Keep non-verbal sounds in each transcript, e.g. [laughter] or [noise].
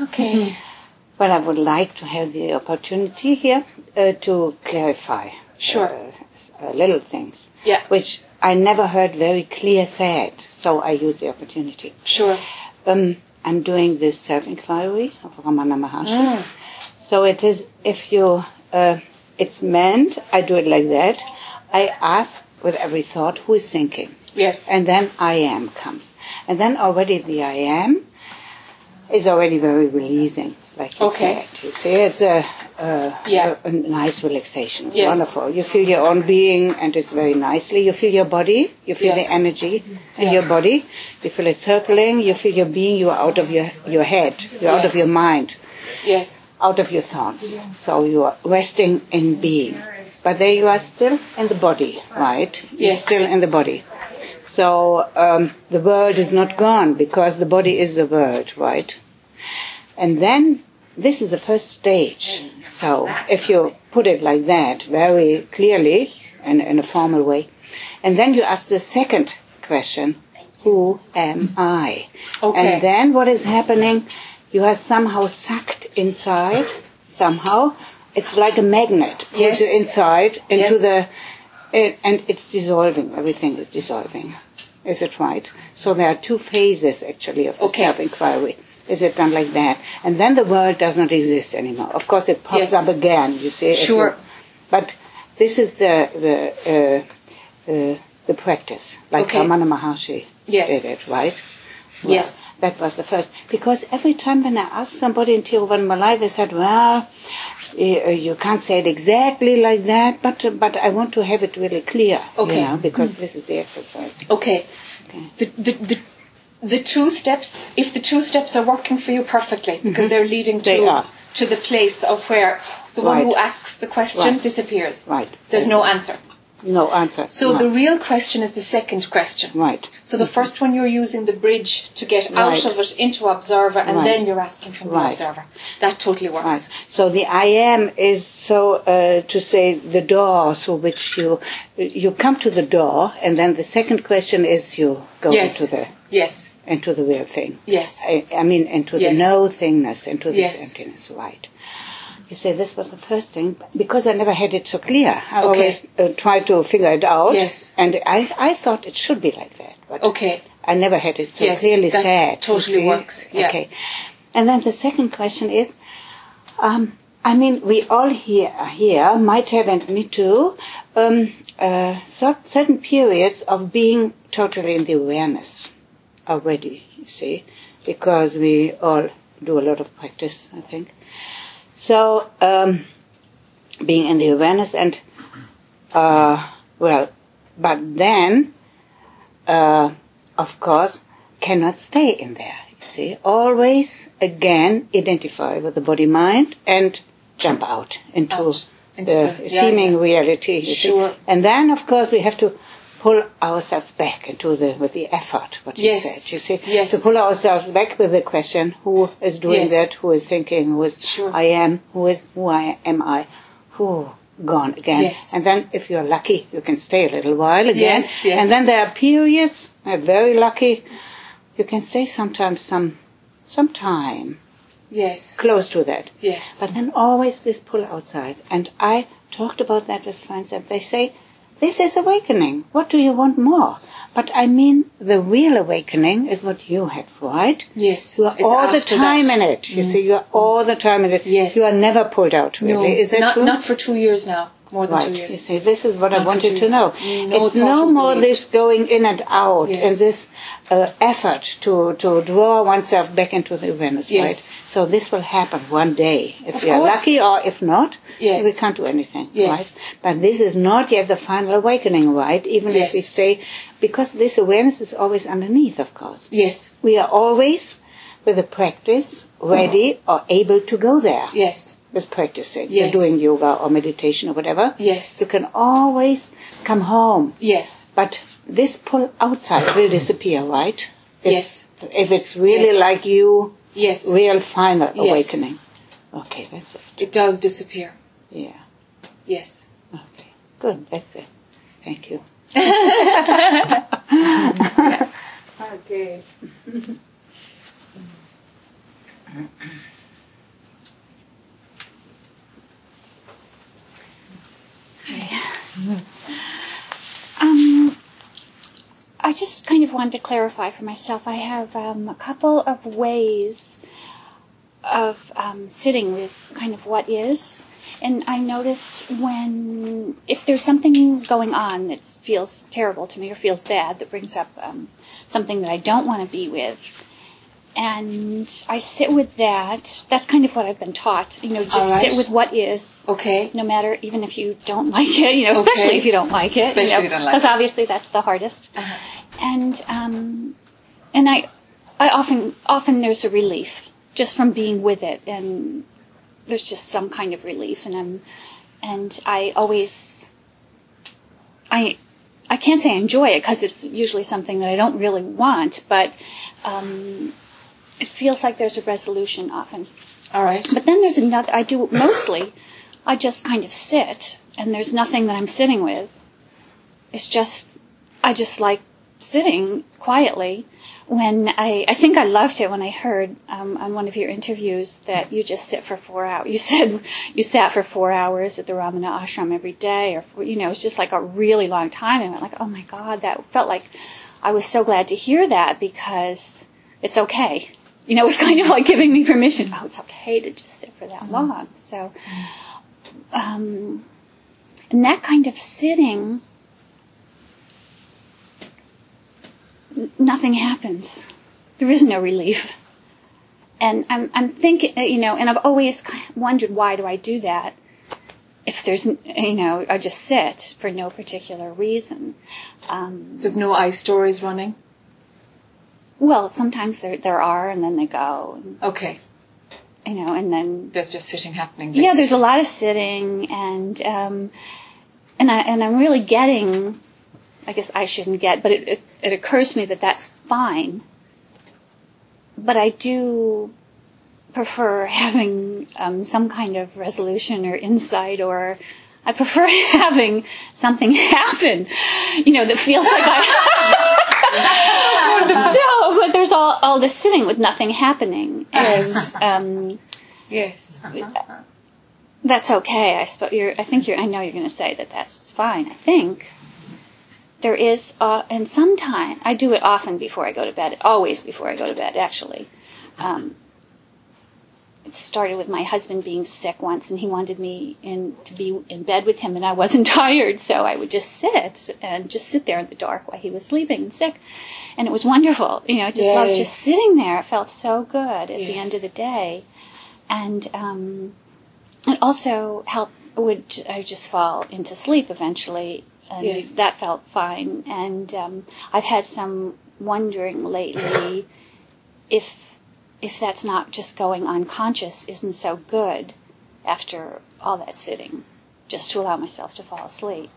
Okay. But I would like to have the opportunity here uh, to clarify Sure. uh, s- uh, little things, Yeah. which I never heard very clear said. So I use the opportunity. Sure. Um, I'm doing this self-inquiry of Ramana Maharshi. So it is if you, uh, it's meant. I do it like that. I ask with every thought, who is thinking? Yes. And then I am comes. And then already the I am is already very releasing, like you Okay. said. You see, it's a, a, Yeah. a, a nice relaxation. It's Yes. wonderful. You feel your own being and it's very nicely. You feel your body, you feel Yes. the energy in Yes. your body, you feel it circling, you feel your being, you are out of your, your head, you're out of Yes. your mind Yes. out of your thoughts. So you are resting in being. But there you are still in the body, right? You're Yes. still in the body. So um, the world is not gone because the body is the world, right? And then this is the first stage. So if you put it like that very clearly and in a formal way, and then you ask the second question, who am I? Okay. And then what is happening? You are somehow sucked inside, somehow. It's like a magnet. Pulls Yes. you inside into Yes. the, it, and it's dissolving. Everything is dissolving. Is it right? So there are two phases actually of the Okay. self-inquiry. Is it done like that? And then the world does not exist anymore. Of course, it pops Yes. up again. You see. if you- Sure. but this is the the uh, uh, the practice, like Okay. Ramana Maharshi Yes. did it, right? Yes. Well, that was the first. Because every time when I asked somebody in Tiruvannamalai, they said, well, y- uh, you can't say it exactly like that, but uh, but I want to have it really clear, Okay. Hmm. you know, because this is the exercise. Okay. The, the, the, the two steps, if the two steps are working for you perfectly, because they're leading to, Mm-hmm. They are. to the place of where the one Right. who asks the question Right. disappears. Right. There's no answer. No answer. So No. the real question is the second question. right. So the first one you're using the bridge to get out Right. of it into observer, and Right. then you're asking from the Right. observer. That totally works. Right. So the I am is so uh, to say the door through which you you come to the door, and then the second question is you go Yes. into the Yes. into the real thing. Yes. I, I mean, into Yes. the no thingness, into this Yes. emptiness, right? You say this was the first thing because I never had it so clear. I Okay. always uh, try to figure it out. Yes. And I, I thought it should be like that. But Okay. I never had it so Yes, clearly that said. you totally see? works, yeah. Okay. And then the second question is, um, I mean, we all here, here might have, and me too, um, uh, cer- certain periods of being totally in the awareness already, you see, because we all do a lot of practice, I think. So, um, being in the awareness and, uh, well, but then, uh, of course, cannot stay in there. You see, always again identify with the body mind and jump out into, Out, into the, the- yeah, seeming reality. you see. Sure. And then, of course, we have to pull ourselves back into the with the effort. What Yes, you said, you see, yes. to pull ourselves back with the question: Who is doing Yes. that? Who is thinking? Who is Sure. I am? Who is who I am? I who gone again? Yes. And then, if you're lucky, you can stay a little while again. Yes, yes. And then there are periods. I'm very lucky. You can stay sometimes some some time Yes. close to that. Yes. But then always this pull outside. And I talked about that with friends, and they say, This is awakening. What do you want more? But I mean, the real awakening is what you have, right? Yes. You are It's all the after time that. Mm. in it. You see, you are all the time in it. Yes. You are never pulled out, really. No, is that not, true? not for two years now. More than Right. two You years. see, this is what I Not wanted to confused. know. No it's thought no is more believed. this going in and out Yes. and this uh, effort to, to draw oneself back into the awareness, Yes. right? So this will happen one day. If Of we are course. lucky or if not, Yes. we can't do anything, Yes. right? But this is not yet the final awakening, right? Even Yes. if we stay, because this awareness is always underneath, of course. Yes. We are always, with the practice, ready or able to go there Yes. with practicing, Yes. you're doing yoga or meditation or whatever, Yes. you can always come home. Yes. But this pull outside will disappear, right? If, Yes. If it's really Yes. like you, Yes. real final Yes. awakening. Okay, that's it. It does disappear. Yeah. Yes. Okay. Good. That's it. Thank you. Okay. Um, I just kind of wanted to clarify for myself. I have um, a couple of ways of um, sitting with kind of what is. And I notice when, if there's something going on that feels terrible to me or feels bad that brings up um, something that I don't want to be with, and I sit with that, that's kind of what I've been taught. You know, just All right. sit with what is Okay. no matter even if you don't [laughs] like it, you know, especially Okay. if you don't like it, Especially if you don't like because it. Uh-huh. obviously that's the hardest. And um, and I, I often often there's a relief just from being with it, and there's just some kind of relief, and I'm, and I always, I. I can't say I enjoy it because it's usually something that I don't really want, but um, it feels like there's a resolution often. All right. [laughs] But then there's another, I do mostly, I just kind of sit, and there's nothing that I'm sitting with. It's just, I just like sitting quietly. When I, I think I loved it when I heard um, on one of your interviews that you just sit for four hours. You said you sat for four hours at the Ramana ashram every day, or you know, it's just like a really long time. And I went like, oh my god, that felt like I was so glad to hear that because it's okay. You know, it was [laughs] kind of like giving me permission. Oh, it's okay to just sit for that long. So, um, and that kind of sitting, n- nothing happens. There is no relief. And I'm, I'm thinking, uh, you know, and I've always ki- wondered why do I do that? If there's, n- you know, I just sit for no particular reason. Um, There's no I stories running. well, sometimes there there are, and then they go, and, Okay. you know, and then There's just sitting happening. yeah, there's a lot of sitting, and um, and I and I'm really getting. I guess I shouldn't get, but it, it it occurs to me that that's fine. But I do prefer [laughs] having um, some kind of resolution or insight, or I prefer [laughs] having something [laughs] happen. You know, that feels like I. [laughs] no, but there's all all this sitting with nothing happening, and. Um, Yes. [laughs] that's okay. I suppose you're. I think you're. I know you're going to say that that's fine. I think there is, uh, and sometimes I do it often before I go to bed. Always before I go to bed, actually. Um, it started with my husband being sick once, and he wanted me in to be in bed with him, and I wasn't [laughs] tired, so I would just sit and just sit there in the dark while he was sleeping and sick, and it was wonderful. You know, I just loved Yes. just sitting there. It felt so good at the Yes. end of the day, and. Um, it also help would j- I just fall into sleep eventually, and Yes. that felt fine. And um, I've had some wondering lately if if that's not just going unconscious isn't so good after all that sitting, just to allow myself to fall asleep.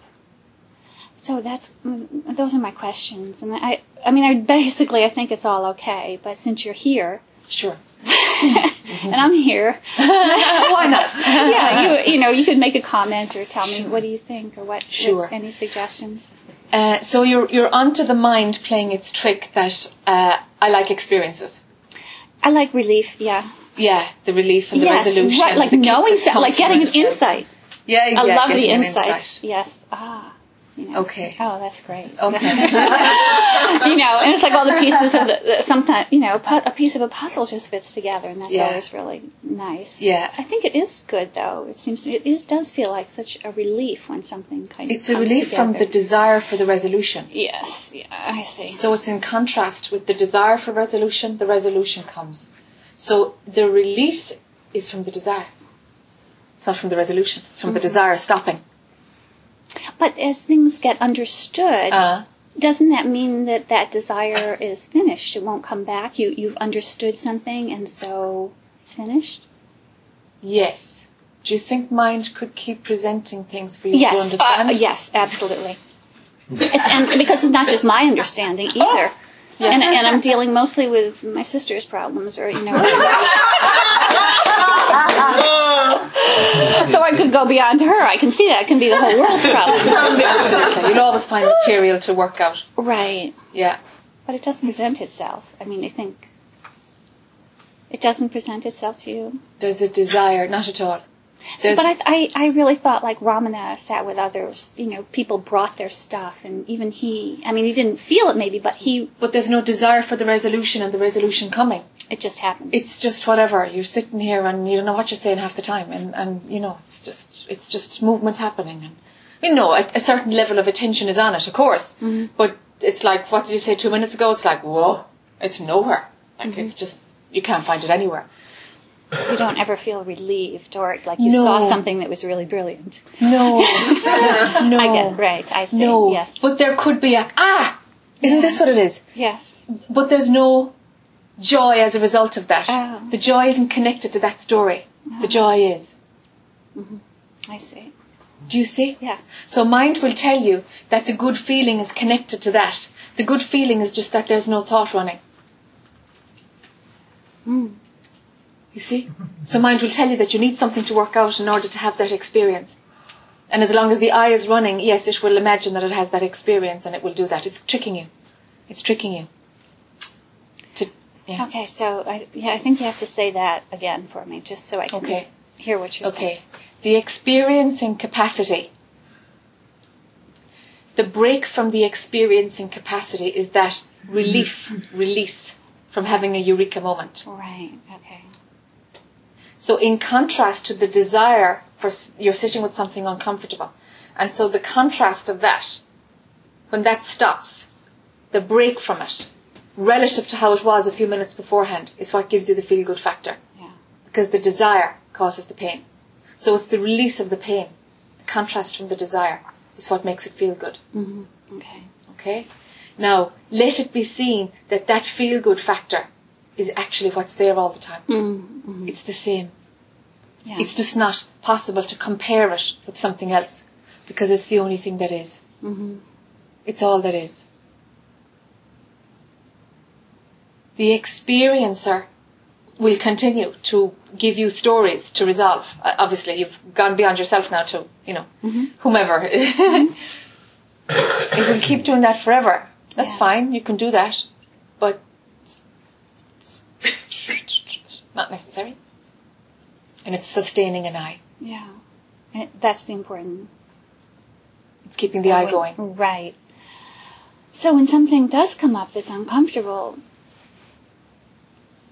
So that's mm, those are my questions, and I I mean I basically I think it's all okay, but since you're here Sure. and I'm here Why not? yeah, you you know, you could make a comment or tell me what do you think or what Sure. what's- any suggestions. [laughs] Uh, so you're you're onto the mind playing its trick that uh, I like experiences. I like relief, yeah. Yeah, the relief and the yes, resolution. right, like the kick knowing, that so, comes like getting an from it. insight. Yeah, yeah I love the getting an insights. insight. Yes. Ah. you know. Okay. Oh, that's great. Okay. [laughs] you know, and it's like all the pieces of the, the sometimes you know, pu- a piece of a puzzle just fits together, and that's Yeah. always really nice. Yeah. I think it is good though. It seems it is does feel like such a relief when something kind it's of a comes relief from the together. desire for the resolution. yes. Yeah, I see. So it's in contrast with the desire for resolution, the resolution comes. So the release is from the desire. It's not from the resolution, it's from the Mm-hmm. desire stopping. But as things get understood, Uh, doesn't that mean that that desire is finished? It won't come back. You you've understood something, and so it's finished. yes. Do you think mind could keep presenting things for you to yes, uh, understand? yes, [laughs] absolutely. It's, and because it's not just my understanding either. Oh. Yeah. And, and I'm dealing mostly with my sister's problems, or [laughs] you know. so I could go beyond her. I can see that it can be the whole [laughs] world's problem. Absolutely. You'll always find material to work out. Right. Yeah. But it does present itself. I mean, I think It doesn't present itself to you. There's a desire, not at all. There's, but I, I, I really thought like Ramana sat with others. You know, people brought their stuff, and even he. I mean, he didn't feel it maybe, but he. but there's no desire for the resolution and the resolution coming. It just happened. It's just whatever. You're sitting here and you don't know what you're saying half the time, and, and you know it's just it's just movement happening. And you know a, a certain level of attention is on it, of course. Mm-hmm. But it's like what did you say two minutes ago? It's like whoa, it's nowhere. Like Mm-hmm. it's just you can't find it anywhere. you don't ever feel relieved or like you No. saw something that was really brilliant. No, [laughs] no, I get it. Right. I see. no. Yes. But there could be a ah. Isn't this what it is? yes. but there's no joy as a result of that. Oh. The joy isn't connected to that story. The joy is. I see. Do you see? Yeah. So mind will tell you that the good feeling is connected to that. The good feeling is just that there's no thought running. You see? So mind will tell you that you need something to work out in order to have that experience. And as long as the eye is running, yes, it will imagine that it has that experience and it will do that. It's tricking you. It's tricking you. To, yeah. Okay. So I yeah I think you have to say that again for me just so I can Okay. hear what you're saying. Okay. The experiencing capacity. The break from the experiencing capacity is that relief, release from having a eureka moment. Right. Okay. So, in contrast to the desire for s- you're sitting with something uncomfortable, and so the contrast of that, when that stops, the break from it, relative to how it was a few minutes beforehand, is what gives you the feel good factor. Yeah. because the desire causes the pain. So it's the release of the pain, the contrast from the desire is what makes it feel good. Okay. Okay? Now, let it be seen that that feel good factor is actually what's there all the time. It's the same. Yeah. It's just not possible to compare it with something else because it's the only thing that is. It's all that is. The experiencer will continue to give you stories to resolve. Uh, Obviously, you've gone beyond yourself now to, you know, whomever. [laughs] it will keep doing that forever. That's Yeah. fine, you can do that. But it's- it's [laughs] not necessary. And it's sustaining an eye. yeah. And that's the important It's keeping the eye going. Right. So when something does come up that's uncomfortable,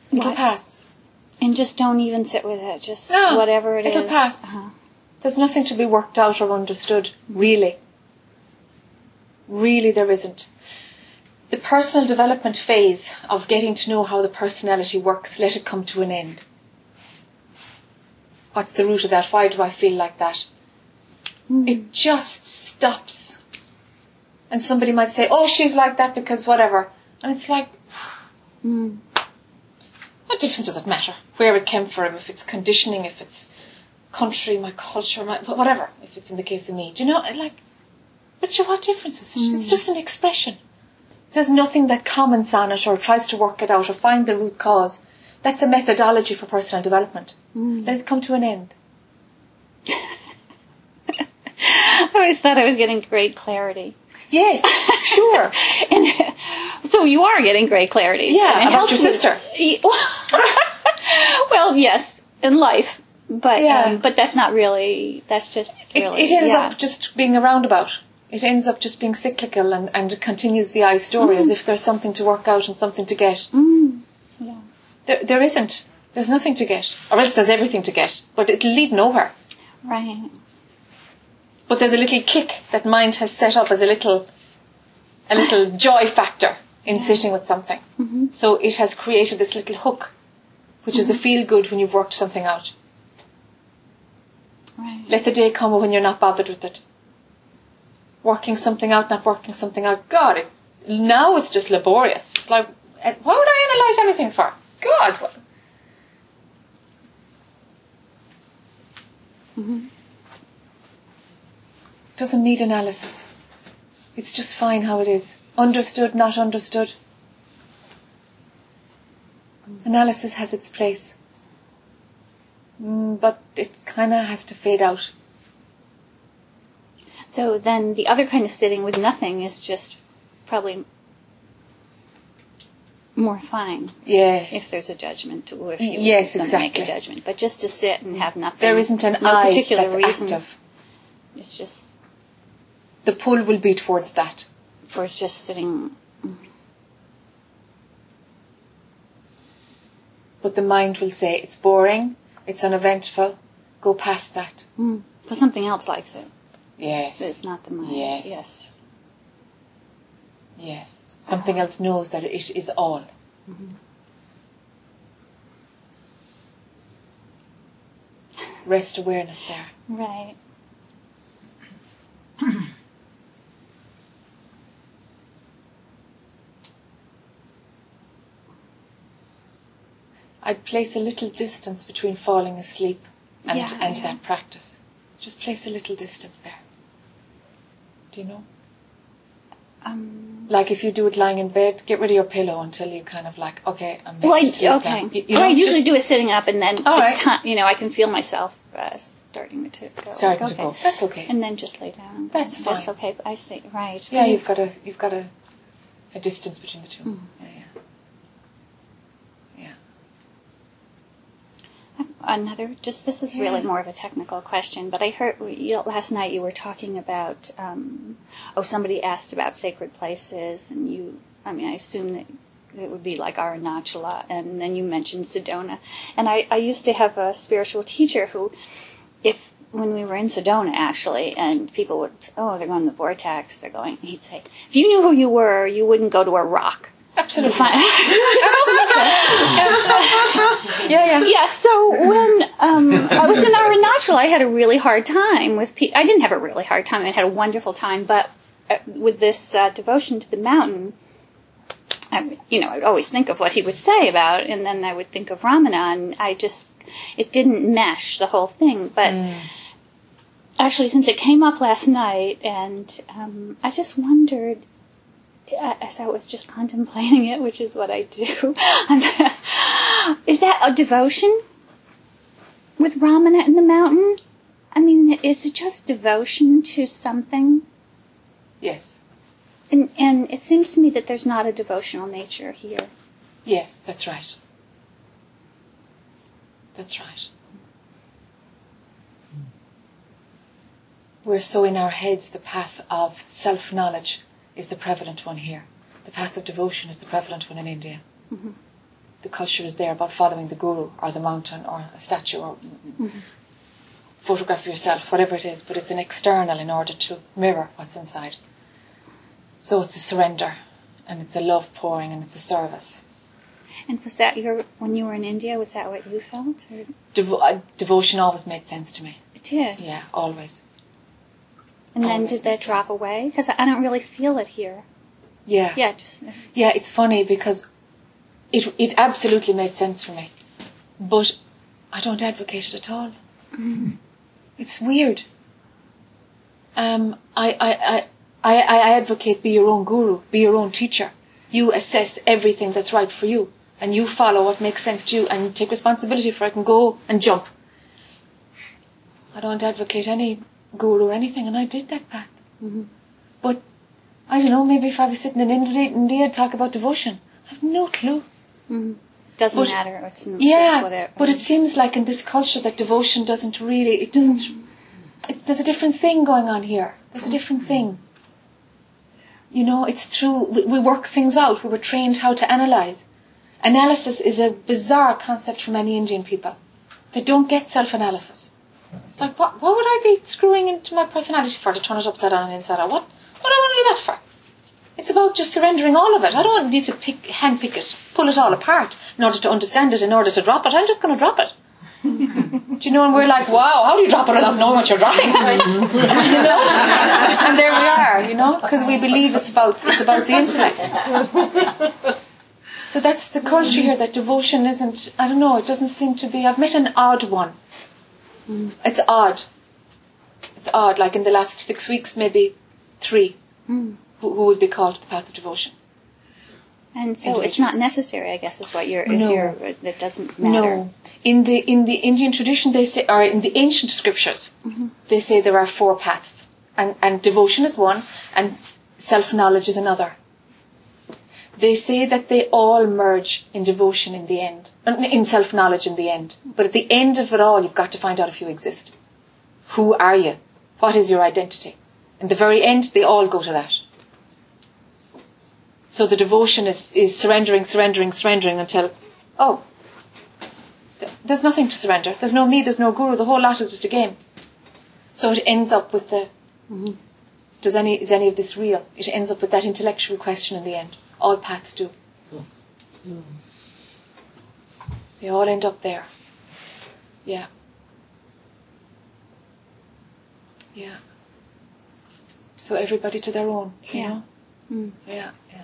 It'll What? pass. and just don't even sit with it, just No, whatever it it'll is. pass. Uh-huh. [laughs] There's nothing to be worked out or understood, really. Really, there isn't. The personal development phase of getting to know how the personality works, let it come to an end. What's the root of that? Why do I feel like that? It just stops. And somebody might say, oh, she's like that because whatever. And it's like, what difference does it matter where it came from, if it's conditioning, if it's country, my culture, my wh- whatever, if it's in the case of me. Do you know, I like, but sure, what difference is it? Hmm. It's just an expression. There's nothing that comments on it or tries to work it out or find the root cause. That's a methodology for personal development. Hmm. Let it come to an end. I always thought I was getting great clarity. [laughs] Yes, sure. And [laughs] so you are getting great clarity. Yeah, And it about helps your with- sister. Y- [laughs] well, yes, in life. But Yeah. um, but that's not really that's just It, really it ends yeah. up just being a roundabout. It ends up just being cyclical and, and it continues the I story Hmm. as if there's something to work out and something to get. yeah. There, there isn't. There's nothing to get. Or else there's everything to get. But it'll lead nowhere. Right. But there's a little kick that mind has set up as a little, a little joy factor in sitting with something. So it has created this little hook, which is the feel good when you've worked something out. Right. Let the day come when you're not bothered with it. Working something out, not working something out. God, it's, now it's just laborious. It's like, eh, why would I analyze anything for? God. What? Mm-hmm. Doesn't need analysis. It's just fine how it is. Understood, not understood. Analysis has its place. Mm, but it kind of has to fade out. So then the other kind of sitting with nothing is just probably more fine Yes. if there's a judgment or if you Yes, gonna exactly. make a judgment. But just to sit and have nothing. there isn't an no eye particular that's reason. active. It's just The pull will be towards that. for it's just sitting. But the mind will say, it's boring, it's uneventful, go past that. Mm, but something else likes it. Yes. It's not the mind. Yes. Yes. Yes. Something else knows that it is all. Mm-hmm. Rest awareness there. Right. I'd place a little distance between falling asleep and, Yeah, and yeah. that practice. Just place a little distance there. Do you know? Um, Like if you do it lying in bed, get rid of your pillow until you kind of like, okay, I'm ready well, I, to sleep okay. now. You- you Well, I know, usually just do it sitting up, and then All it's right. time. You know, I can feel myself uh, starting to go. Starting like, to go. okay. That's okay. And then just lay down. That's That's fine. okay. But I see. Right. Yeah, you've got a you've got a, a distance between the two. Hmm. Yeah, yeah. Yeah. Another, just this is really more of a technical question, but I heard you, last night you were talking about, um, oh, somebody asked about sacred places, and you, I mean, I assume that it would be like Arunachala, and then you mentioned Sedona. And I, I used to have a spiritual teacher who, if when we were in Sedona actually, and people would, oh, they're going to the vortex, they're going, he'd say, if you knew who you were, you wouldn't go to a rock. [laughs] Absolutely. Fine. Yeah, yeah. Yeah, so when um, I was in Arunachal, I had a really hard time with people. I didn't have a really hard time. I had a wonderful time, but uh, with this uh, devotion to the mountain, I, you know, I would always think of what he would say about, and then I would think of Ramana, and I just, it didn't mesh the whole thing. But Mm. actually, since it came up last night, and um, I just wondered uh, as I was just contemplating it, which is what I do. [laughs] I'm- is that a devotion with Ramana in the mountain? I mean, is it just devotion to something? Yes. And and it seems to me that there's not a devotional nature here. Yes, that's right. That's right. We're so in our heads, the path of self knowledge is the prevalent one here. The path of devotion is the prevalent one in India. The culture is there about following the guru or the mountain or a statue or photograph of yourself, whatever it is, but it's an external in order to mirror what's inside. So it's a surrender and it's a love pouring and it's a service. And was that your when you were in India? Was that what you felt? Or Devo- uh, devotion always made sense to me. it did. Yeah, always. And then Always did that makes drop away? Because I, I don't really feel it here. Yeah. Yeah, just Yeah, it's funny because it it absolutely made sense for me. But I don't advocate it at all. It's weird. Um, I, I, I, I, I advocate be your own guru, be your own teacher. You assess everything that's right for you, and you follow what makes sense to you, and take responsibility for it, and go and jump. I don't advocate any guru or anything, and I did that path. But I don't know, maybe if I was sitting in India, India I'd talk about devotion. I've no clue. doesn't But- matter. It's n- Yeah, just what it, but it seems like in this culture that devotion doesn't really, it doesn't, it, there's a different thing going on here. There's a different thing. You know, it's through, we, we work things out. We were trained how to analyze. Analysis is a bizarre concept for many Indian people. They don't get self-analysis. It's like, what, what would I be screwing into my personality for to turn it upside down and inside out? What, what do I want to do that for? It's about just surrendering all of it. I don't need to pick, handpick it, pull it all apart in order to understand it, in order to drop it. I'm just going to drop it. do you know? And we're like, wow, how do you drop it without knowing what you're dropping? you know? And there we are, you know, because we believe it's about it's about the intellect. So that's the culture here. That devotion isn't. I don't know. It doesn't seem to be. I've met an odd one. It's odd. It's odd. Like in the last six weeks, maybe three who, who would be called to the path of devotion. And so it's not individuals. necessary, I guess, is what your is No. your that doesn't matter. No, in the in the Indian tradition, they say, or in the ancient scriptures, they say there are four paths, and and devotion is one, and self knowledge is another. They say that they all merge in devotion in the end, and in self knowledge in the end. But at the end of it all, you've got to find out if you exist. Who are you? What is your identity? In the very end, they all go to that. So the devotion is, is surrendering, surrendering, surrendering until, oh, th- there's nothing to surrender. There's no me, there's no guru, the whole lot is just a game. So it ends up with the mm-hmm. does any is any of this real? It ends up with that intellectual question in the end. All paths do. They all end up there. Yeah. Yeah. So everybody to their own. You Yeah. Know? Yeah. Yeah.